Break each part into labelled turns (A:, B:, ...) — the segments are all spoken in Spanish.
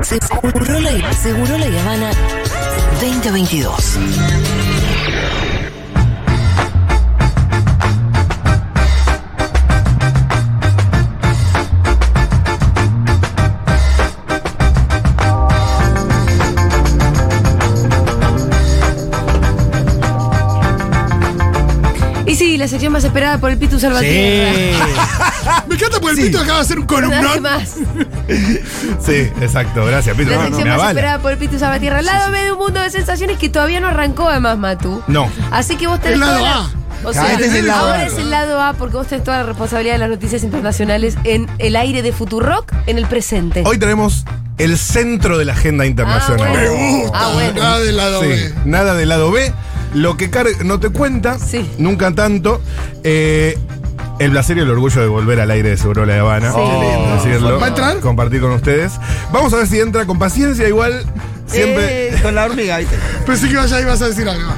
A: Seguro la, Seguro la Habana 2022.
B: Y sí, la sección más esperada por el Pitu Salvatierra.
C: Eh.
D: Me encanta porque el pito acaba de hacer un
B: Nada
D: columnón.
B: más.
C: Sí, exacto, gracias, Pitu.
B: La
C: No, no,
B: sección
C: me
B: más
C: avala.
B: esperada por el Pitu Salvatierra. Al lado B de un mundo de sensaciones que todavía no arrancó, además, Matu.
C: No.
B: Así que vos tenés.
D: El lado
B: toda la-
D: A.
B: O sea,
E: este es el lado
B: ahora
E: A.
B: es el lado A porque vos tenés toda la responsabilidad de las noticias internacionales en el aire de Futurock en el presente.
C: Hoy tenemos el centro de la agenda internacional.
B: Ah, bueno.
D: Me gusta.
B: Ah, bueno.
D: Nada de lado
C: Sí,
D: B.
C: nada del lado B. Lo que Car no te cuenta,
B: Sí.
C: nunca tanto. Eh, el placer y el orgullo de volver al aire de Seguro La Habana.
B: Sí. Oh,
C: Qué lindo. decirlo.
D: ¿Va a entrar?
C: Compartir con ustedes. Vamos a ver si entra con paciencia, igual. Siempre.
E: Eh, con la hormiga, ¿viste?
D: Pensé que vaya ibas a decir algo.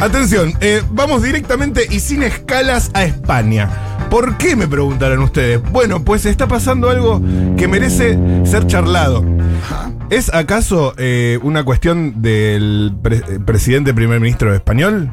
C: Atención, eh, vamos directamente y sin escalas a España. ¿Por qué me preguntarán ustedes? Bueno, pues está pasando algo que merece ser charlado. ¿Es acaso eh, una cuestión del pre- eh, presidente primer ministro español?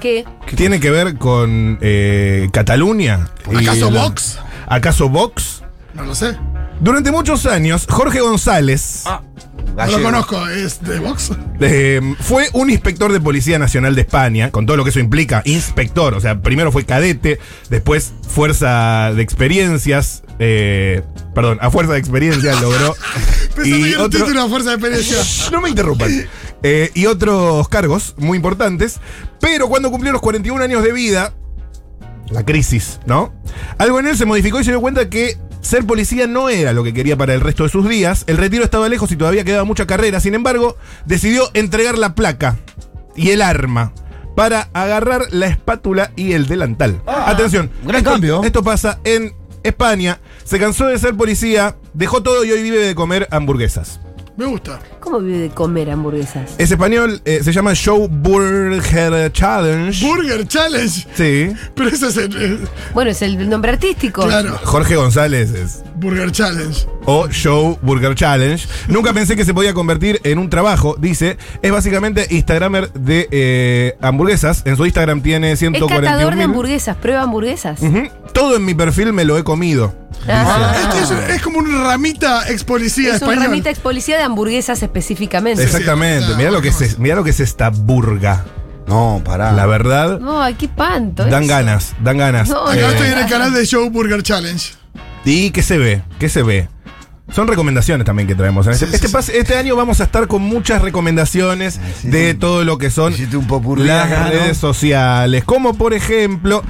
B: ¿Qué?
C: ¿Tiene que ver con eh, Cataluña? y
D: ¿Acaso
C: la-
D: Vox?
C: ¿Acaso Vox?
D: No lo sé.
C: Durante muchos años, Jorge González
D: Ah. No lo
E: Gallego.
D: conozco. ¿Es de Vox?
C: eh, fue un inspector de Policía Nacional de España, con todo lo que eso implica, inspector, o sea, primero fue cadete, después fuerza de experiencias, eh, perdón, a fuerza de experiencias logró...
D: Pensando que era un título de fuerza de experiencia.
C: Shh, No me interrumpan. Eh, y otros cargos muy importantes. Pero cuando cumplió los 41 años de vida, la crisis, ¿no? Algo en él se modificó y se dio cuenta que ser policía no era lo que quería para el resto de sus días. El retiro estaba lejos y todavía quedaba mucha carrera. Sin embargo, decidió entregar la placa y el arma para agarrar la espátula y el delantal. Atención.
E: Ah, gran
C: esto-
E: cambio.
C: Esto pasa en España. Se cansó de ser policía, dejó todo y hoy vive de comer hamburguesas.
D: Me gusta.
B: ¿Cómo vive de comer hamburguesas?
C: Es español, eh, se llama Show Burger Challenge.
D: Burger Challenge.
C: sí.
D: Pero ese es el. eh,
B: Bueno, es el nombre artístico.
D: claro.
C: Jorge González es.
D: Burger Challenge.
C: O Show Burger Challenge. Nunca pensé que se podía convertir en un trabajo, dice. Es básicamente Instagramer de eh, hamburguesas. En su Instagram tiene
B: Es
C: 141
B: catador de hamburguesas, prueba hamburguesas.
C: Todo en mi perfil me lo he comido.
B: Ah.
D: Este es, es como una ramita ex policía
B: Es un
D: española.
B: ramita ex policía de hamburguesas específicamente.
C: Exactamente.
D: sí,
C: Mirá lo que es, mirá lo que es esta burga.
E: No, pará.
C: La verdad,
B: Ah. No, ay, qué panto.
C: dan
B: es-
C: ganas, dan ganas. Eh,
B: No,
D: Acá
B: no,
D: estoy en el canal de Show Burger Challenge.
C: ¿Y qué se ve? ¿Qué se ve? Son recomendaciones también que traemos. en este,
D: Sí, sí,
C: este
D: sí.
C: pas- este año vamos a estar con muchas recomendaciones
E: Ah, sí,
C: de
E: sí.
C: todo lo que son
E: Hiciste un popurrí
C: las
E: acá, ¿no?
C: redes sociales. Como por ejemplo,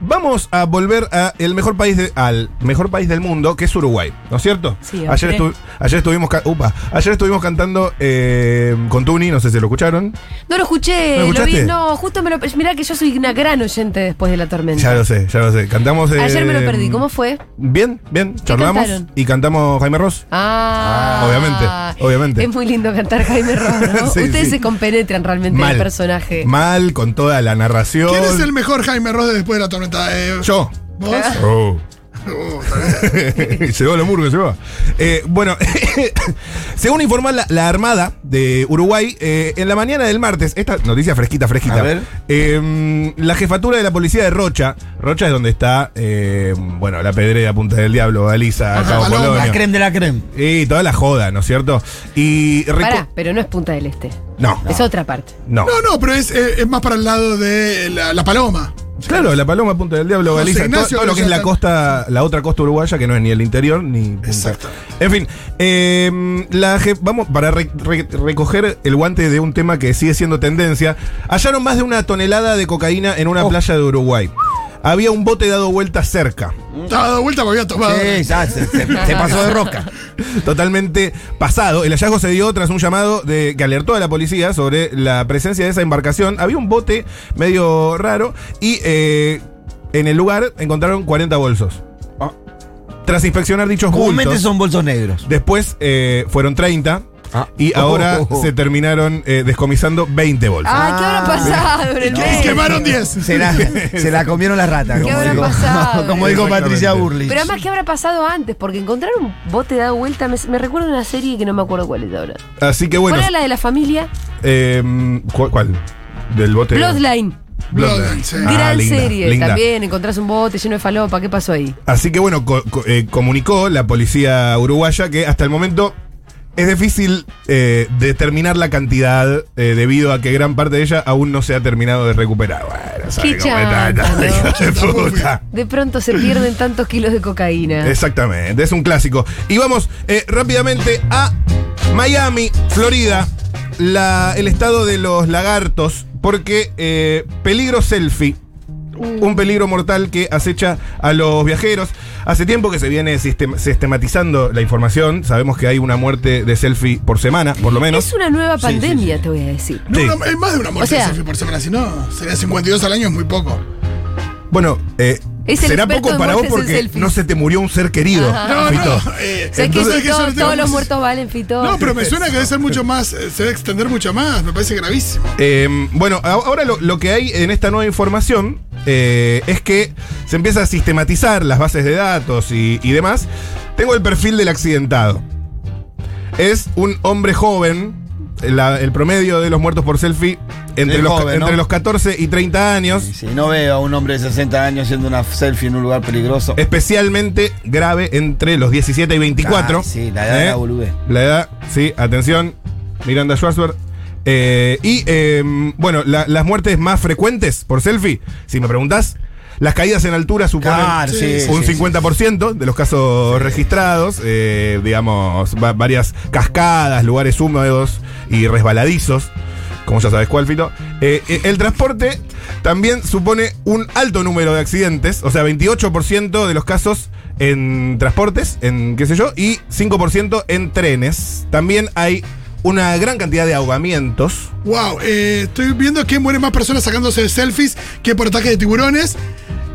C: vamos a volver a el mejor país de- al mejor país del mundo, que es Uruguay, ¿no es cierto?
B: Sí,
C: ayer,
B: hombre.
C: estu- ayer estuvimos ca- upa, ayer estuvimos cantando eh, con Tuni, no sé si lo escucharon.
B: No lo escuché,
C: ¿No lo
B: lo vi.
C: escuchaste?
B: No, justo me lo. Mirá que yo soy una gran oyente después de la tormenta.
C: Ya lo sé, ya lo sé. Cantamos.
B: Ayer me lo
C: eh,
B: perdí, ¿cómo fue?
C: Bien, bien. Charlamos
B: cantaron?
C: y cantamos Jaime Ross.
B: Ah,
C: Ah, obviamente, obviamente.
B: Es muy lindo cantar Jaime Ross, ¿no?
C: Sí,
B: Ustedes
C: sí.
B: se compenetran realmente en el personaje.
C: Mal, con toda la narración.
D: ¿Quién es el mejor Jaime Ross de después de la tormenta? Eh,
C: Yo.
D: ¿Vos?
B: Ah.
C: Oh.
D: Oh, está bien.
C: llegó la murga, llegó. Eh, bueno, según informa la, la Armada de Uruguay, eh, en la mañana del martes, esta noticia fresquita, fresquita.
E: A ver.
C: eh, la jefatura de la policía de Rocha, Rocha es donde está, eh, bueno, la pedrea, Punta del Diablo, Galiza, Cabo
D: Paloma,
C: Polonio.
E: La creme de la creme.
C: Y toda la joda, ¿no es cierto? Y. recu-
B: Pará, pero no es Punta del Este.
C: No,
B: Es otra parte.
C: no.
D: No, no, pero es, eh, es más para el lado de la, la paloma.
C: Claro, la Paloma, Punta del Diablo,
D: José
C: Galicia, todo,
D: Ignacio
C: todo lo que es la
D: Lozano.
C: costa, la otra costa uruguaya, que no es ni el interior ni. Punta.
D: Exacto.
C: En fin, eh, la je- vamos para re- re- recoger el guante de un tema que sigue siendo tendencia. Hallaron más de una tonelada de cocaína en una
E: Oh.
C: playa de Uruguay. Había un bote dado vuelta cerca,
D: Estaba dado vuelta porque había tomado.
E: Sí, ya, se, se- se pasó de rosca.
C: totalmente pasado. El hallazgo se dio tras un llamado de, que alertó a la policía sobre la presencia de esa embarcación. Había un bote medio raro y eh, en el lugar encontraron 40 bolsos.
E: Ah.
C: Tras inspeccionar dichos
E: Comúnmente
C: bultos,
E: son bolsos negros.
C: después eh, fueron 30,
E: Ah.
C: y ahora
E: Oh, oh, oh.
C: se terminaron eh, descomisando 20 bolsas.
B: Ah, ¿qué habrá pasado en el
E: No.
B: medio?
D: Quemaron 10.
E: Se la, se la comieron las ratas,
B: ¿Qué
E: como
B: habrá
E: dijo,
B: pasado?
E: como dijo Patricia Burley.
B: Pero además, ¿qué habrá pasado antes? Porque encontrar un bote dado vuelta me, me recuerda a una serie que no me acuerdo cuál es ahora.
C: Así que bueno,
B: ¿Cuál era la de la familia?
C: eh, ¿cu- ¿cuál? Del bote.
B: Bloodline.
C: Bloodline.
D: Sí.
C: Ah,
B: Gran
C: linda,
B: serie.
C: linda.
B: También encontrás un bote lleno de falopa. ¿Qué pasó ahí?
C: Así que bueno, co- co- eh, comunicó la policía uruguaya que hasta el momento es difícil eh, determinar la cantidad eh, debido a que gran parte de ella aún no se ha terminado de recuperar. Bueno, ¿sabe
B: Qué
C: cómo está esta
B: chanta, ¿no?
C: hija de puta?
B: De pronto se pierden tantos kilos de cocaína.
C: Exactamente, es un clásico. Y vamos eh, rápidamente a Miami, Florida, la- el estado de los lagartos, porque eh, peligro selfie.
B: Uh.
C: Un peligro mortal que acecha a los viajeros. Hace tiempo que se viene sistem- sistematizando la información. Sabemos que hay una muerte de selfie por semana, por lo menos.
B: Es una nueva pandemia, te voy a decir.
D: No,
C: Sí.
D: no, es más de una muerte
B: O sea-
D: de selfie por semana, si no, sería 52 al año, es muy poco.
C: Bueno, eh,
B: Es el
C: será
B: experto
C: poco
B: en
C: para vos
B: muertes en
C: porque
B: selfies.
C: no se te murió un ser querido.
D: No,
C: Fito.
D: no. eh,
B: O sea, que
D: entonces,
B: si
D: ¿qué
B: todo-
D: suerte
B: todos
D: tenemos?
B: los muertos valen, Fito.
D: No, pero me suena que debe ser mucho más, eh, se debe extender mucho más, me parece gravísimo.
C: Eh, bueno, a- ahora lo, lo que hay en esta nueva información eh, es que se empieza a sistematizar las bases de datos y, y demás. Tengo el perfil del accidentado. Es un hombre joven. la- el promedio de los muertos por selfie entre,
E: Es
C: los,
E: joven, ¿no?
C: entre los 14 y 30 años.
E: Si no veo a un hombre de 60 años haciendo una selfie en un lugar peligroso.
C: Especialmente grave entre los 17 y 24.
E: Ay, Ah, sí, la edad de la boludez.
C: La edad, sí, atención, Miranda Schwarzberg. Eh, y eh, bueno, la- las muertes más frecuentes por selfie, si me preguntás, las caídas en altura suponen
E: Claro, sí, sí,
C: un
E: sí,
C: 50% de los casos registrados, eh, digamos, va- varias cascadas, lugares húmedos y resbaladizos. Como ya sabes cuál, Fito. Eh, eh, el transporte también supone un alto número de accidentes, o sea, 28% de los casos en transportes, en qué sé yo, y 5% en trenes. También hay una gran cantidad de ahogamientos.
D: Wow, eh, estoy viendo que mueren más personas sacándose selfies que por ataques de tiburones.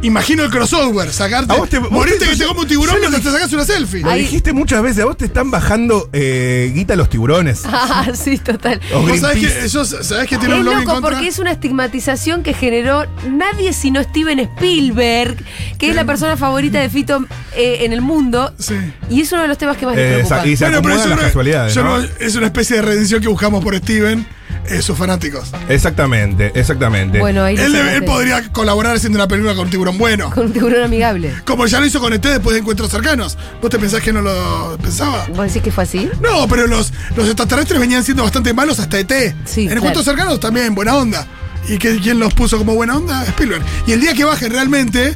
D: Imagino el crossover, sacarte.
C: A vos te- vos
D: morirte
C: te-
D: que te come un tiburón mientras te sacas una selfie.
C: Lo
B: Ay.
C: dijiste muchas veces, a vos te están bajando eh, guita los tiburones.
B: Ah, sí, total.
C: O
D: Vos sabés
C: Greenpeace.
D: que, ellos, sabés que
B: Es
D: tiene un lobby en
B: loco
D: contra.
B: porque es una estigmatización que generó nadie sino Steven Spielberg, que es la persona favorita de Fito eh, en el mundo.
D: Sí.
B: Y es uno de los temas que más le
C: Eh,
B: preocupa.
C: y se acomodan
D: eso
C: las
D: no-
C: casualidades,
D: yo
C: ¿no?
D: no- es una especie de redención que buscamos por Steven, eh, sus fanáticos.
C: Exactamente, exactamente.
B: Bueno, ahí
D: Él,
B: lo
D: debe- él
B: sacaste.
D: podría colaborar haciendo una película con un tiburón bueno.
B: Con un tiburón amigable.
D: Como ya lo hizo con ET después de encuentros cercanos. ¿Vos te pensás que no lo pensaba?
B: ¿Vos decís que fue así?
D: No, pero los, los extraterrestres venían siendo bastante malos hasta ET.
B: Sí,
D: en
B: claro.
D: encuentros cercanos también, buena onda. ¿Y que, quién los puso como buena onda? Spielberg. Y el día que bajen realmente.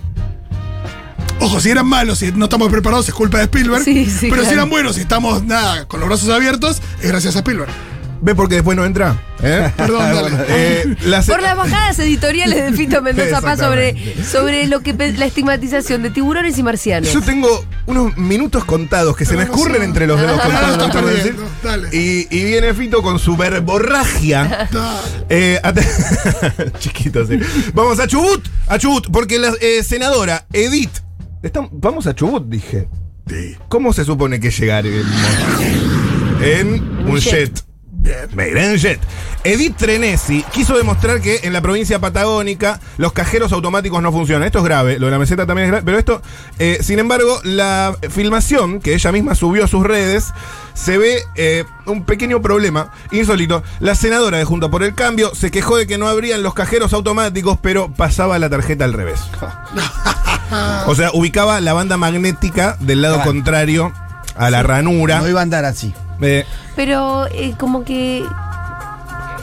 D: Ojo, si eran malos y no estamos preparados es culpa de Spielberg.
B: Sí, sí,
D: pero si
B: claro.
D: eran buenos y estamos, nada, con los brazos abiertos, es gracias a Spielberg.
C: ¿Ve por qué después no entra? ¿Eh?
D: Perdón, dale.
C: Eh, la se-
B: Por las bajadas editoriales de Fito Mendoza Paz sobre, sobre lo que pe- la estigmatización de tiburones y marcianos.
C: Yo tengo unos minutos contados que se me
D: Pero no
C: escurren
D: sé.
C: entre los dedos
D: Ah,
C: contados.
D: lo estás
C: ¿no? decir?
D: perdiendo, dale.
C: Y, y viene Fito con su verborragia.
D: Dale.
C: Eh, at- Chiquito, sí. Vamos a Chubut, a Chubut, porque la eh, senadora Edith. Estamos- vamos a Chubut, dije. ¿Cómo se supone que llegar el monstruo? En un jet. Me iré en jet. Edith Trenesi quiso demostrar que en la provincia patagónica los cajeros automáticos no funcionan. Esto es grave, lo de la meseta también es grave, pero esto, eh, sin embargo, la filmación que ella misma subió a sus redes, se ve eh, un pequeño problema insólito. La senadora de Junta por el Cambio se quejó de que no abrían los cajeros automáticos, pero pasaba la tarjeta al revés. O sea, ubicaba la banda magnética del lado
E: Claro.
C: contrario a la ranura.
E: No iba a andar así.
C: Eh,
B: Pero eh, como que...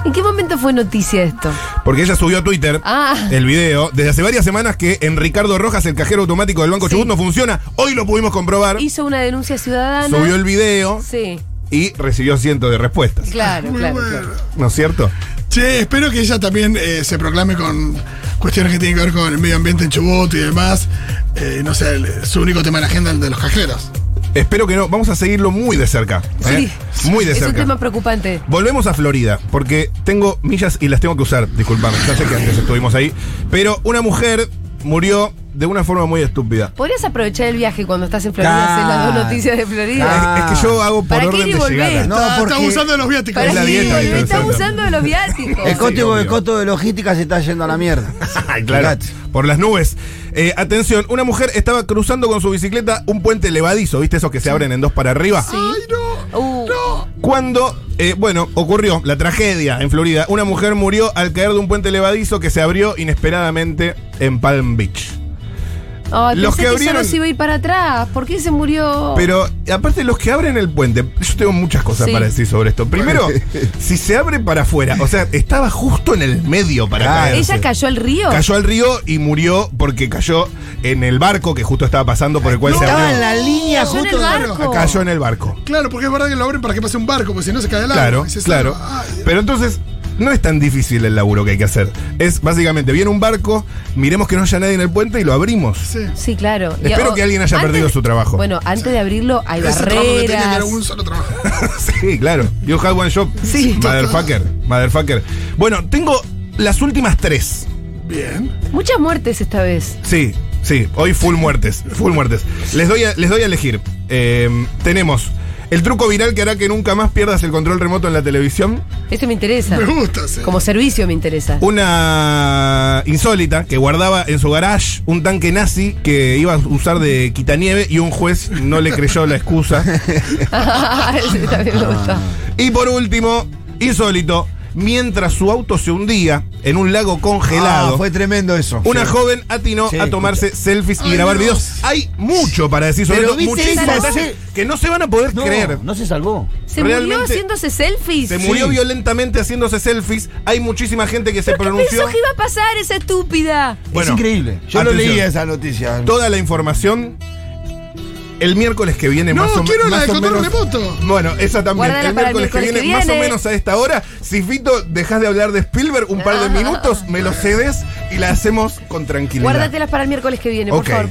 B: ¿En qué momento fue noticia esto?
C: Porque ella subió a Twitter
B: Ah.
C: el video desde hace varias semanas que en Ricardo Rojas, el cajero automático del Banco
B: Sí.
C: Chubut, no funciona. Hoy lo pudimos comprobar.
B: Hizo una denuncia ciudadana.
C: Subió el video
B: Sí,
C: y recibió cientos de respuestas.
B: claro,
D: Muy
B: claro.
D: bueno.
B: claro.
C: ¿No es cierto?
D: Che, espero que ella también eh, se proclame con cuestiones que tienen que ver con el medio ambiente en Chubut y demás. Eh, no sé, el- su único tema en la agenda es el de los cajeros.
C: Espero que no. Vamos a seguirlo muy de cerca. ¿eh?
B: Sí.
C: Muy de
B: Es un
C: cerca.
B: tema preocupante.
C: Volvemos a Florida, porque tengo millas y las tengo que usar, disculpame, ya sé que antes estuvimos ahí, pero una mujer murió de una forma muy estúpida.
B: Podrías aprovechar el viaje cuando estás en Florida, hacer las dos
F: Claro.
B: noticias de Florida.
F: Claro. Ah.
C: Es, es que yo hago por
B: ¿Para qué
C: orden
B: ir y
C: de
B: volver?
C: llegada.
F: No,
D: está,
F: porque-
D: está abusando de los viáticos.
B: Para
C: es la
B: sí,
C: dieta,
B: me
C: ¿viste?
B: está
C: Exacto.
B: abusando de los viáticos.
F: El código
C: obvio.
F: de coto de logística se está yendo a la mierda.
C: Ay, claro.
F: Fíjate.
C: Por las nubes. Eh, atención, una mujer estaba cruzando con su bicicleta un puente levadizo, ¿viste? Esos que se abren en dos para arriba.
D: Ay, no.
B: Uh,
C: Cuando, eh, bueno, ocurrió la tragedia en Florida. Una mujer murió al caer de un puente levadizo que se abrió inesperadamente en Palm Beach.
B: ay,
C: Los
B: pensé
C: que
B: que
C: abrieron-
B: solo se iba a ir para atrás. ¿Por qué se murió?
C: Pero aparte los que abren el puente, yo tengo muchas cosas
B: Sí.
C: para decir sobre esto. Primero, si se abre para afuera, o sea, estaba justo en el medio para
F: Claro.
C: caerse.
B: ¿Ella cayó al río?
C: Cayó al río y murió porque cayó en el barco que justo estaba pasando por el cual se
F: Estaba en
C: abrió. Ah,
F: la línea
B: Cayó en
F: justo
B: el
F: donde-
B: barco. la-
C: Cayó en el barco.
D: Claro, porque es verdad que lo abren para que pase un barco, porque si no se cae el agua.
C: Claro,
D: Y se
C: claro.
D: salva. Ay,
C: Pero entonces, no es tan difícil el laburo que hay que hacer. Es básicamente, viene un barco, miremos que no haya nadie en el puente y lo abrimos.
D: sí.
B: Sí, claro.
C: Espero que alguien haya perdido su trabajo.
B: Bueno, antes de abrirlo hay
D: Ese trabajo que tiene que tener
B: barreras.
D: un solo trabajo.
C: sí, claro. You have one shop.
B: Sí.
C: Motherfucker. Motherfucker. Bueno, tengo las últimas tres.
D: Bien.
B: Muchas muertes esta vez.
C: Sí, sí. Hoy full muertes. Full muertes. Les doy a, les doy a elegir. Eh, tenemos el truco viral que hará que nunca más pierdas el control remoto en la televisión.
B: Esto me interesa.
D: Me gusta, sí.
B: Como servicio me interesa.
C: Una insólita que guardaba en su garage un tanque nazi que iba a usar de quitanieve y un juez no le creyó la excusa.
B: También me gusta.
C: Y por último, insólito, mientras su auto se hundía en un lago congelado.
F: Ah, fue tremendo eso.
C: Una
F: Sí.
C: joven atinó
F: Sí,
C: a tomarse selfies y
D: Ay,
C: grabar
D: Dios.
C: videos. Hay mucho para decir sobre
F: Pero
C: esto,
F: viste
C: muchísimos
B: esa-
C: detalles que no se van a poder
F: No,
C: creer.
F: no se salvó.
B: ¿Se murió
C: Realmente-
B: haciéndose selfies?
C: Se murió violentamente haciéndose selfies. Hay muchísima gente que se
B: ¿Qué
C: pronunció.
B: pensó que iba a pasar esa estúpida?
C: Bueno,
F: es increíble. Yo no
C: atención.
F: leía esa noticia.
C: toda la información el miércoles que viene
D: No,
C: más o
D: quiero la
C: más
D: de
C: o
D: control
C: menos-
D: remoto.
C: Bueno, esa también.
B: Guárdala
C: el
B: para el
C: miércoles que
B: miércoles
C: viene,
B: que
C: más o
B: viene.
C: menos a esta hora. Si Fito dejás de hablar de Spielberg un par de minutos, me lo cedes y la hacemos con tranquilidad.
B: Guárdatelas para el miércoles que viene, por
C: Ok.
B: favor.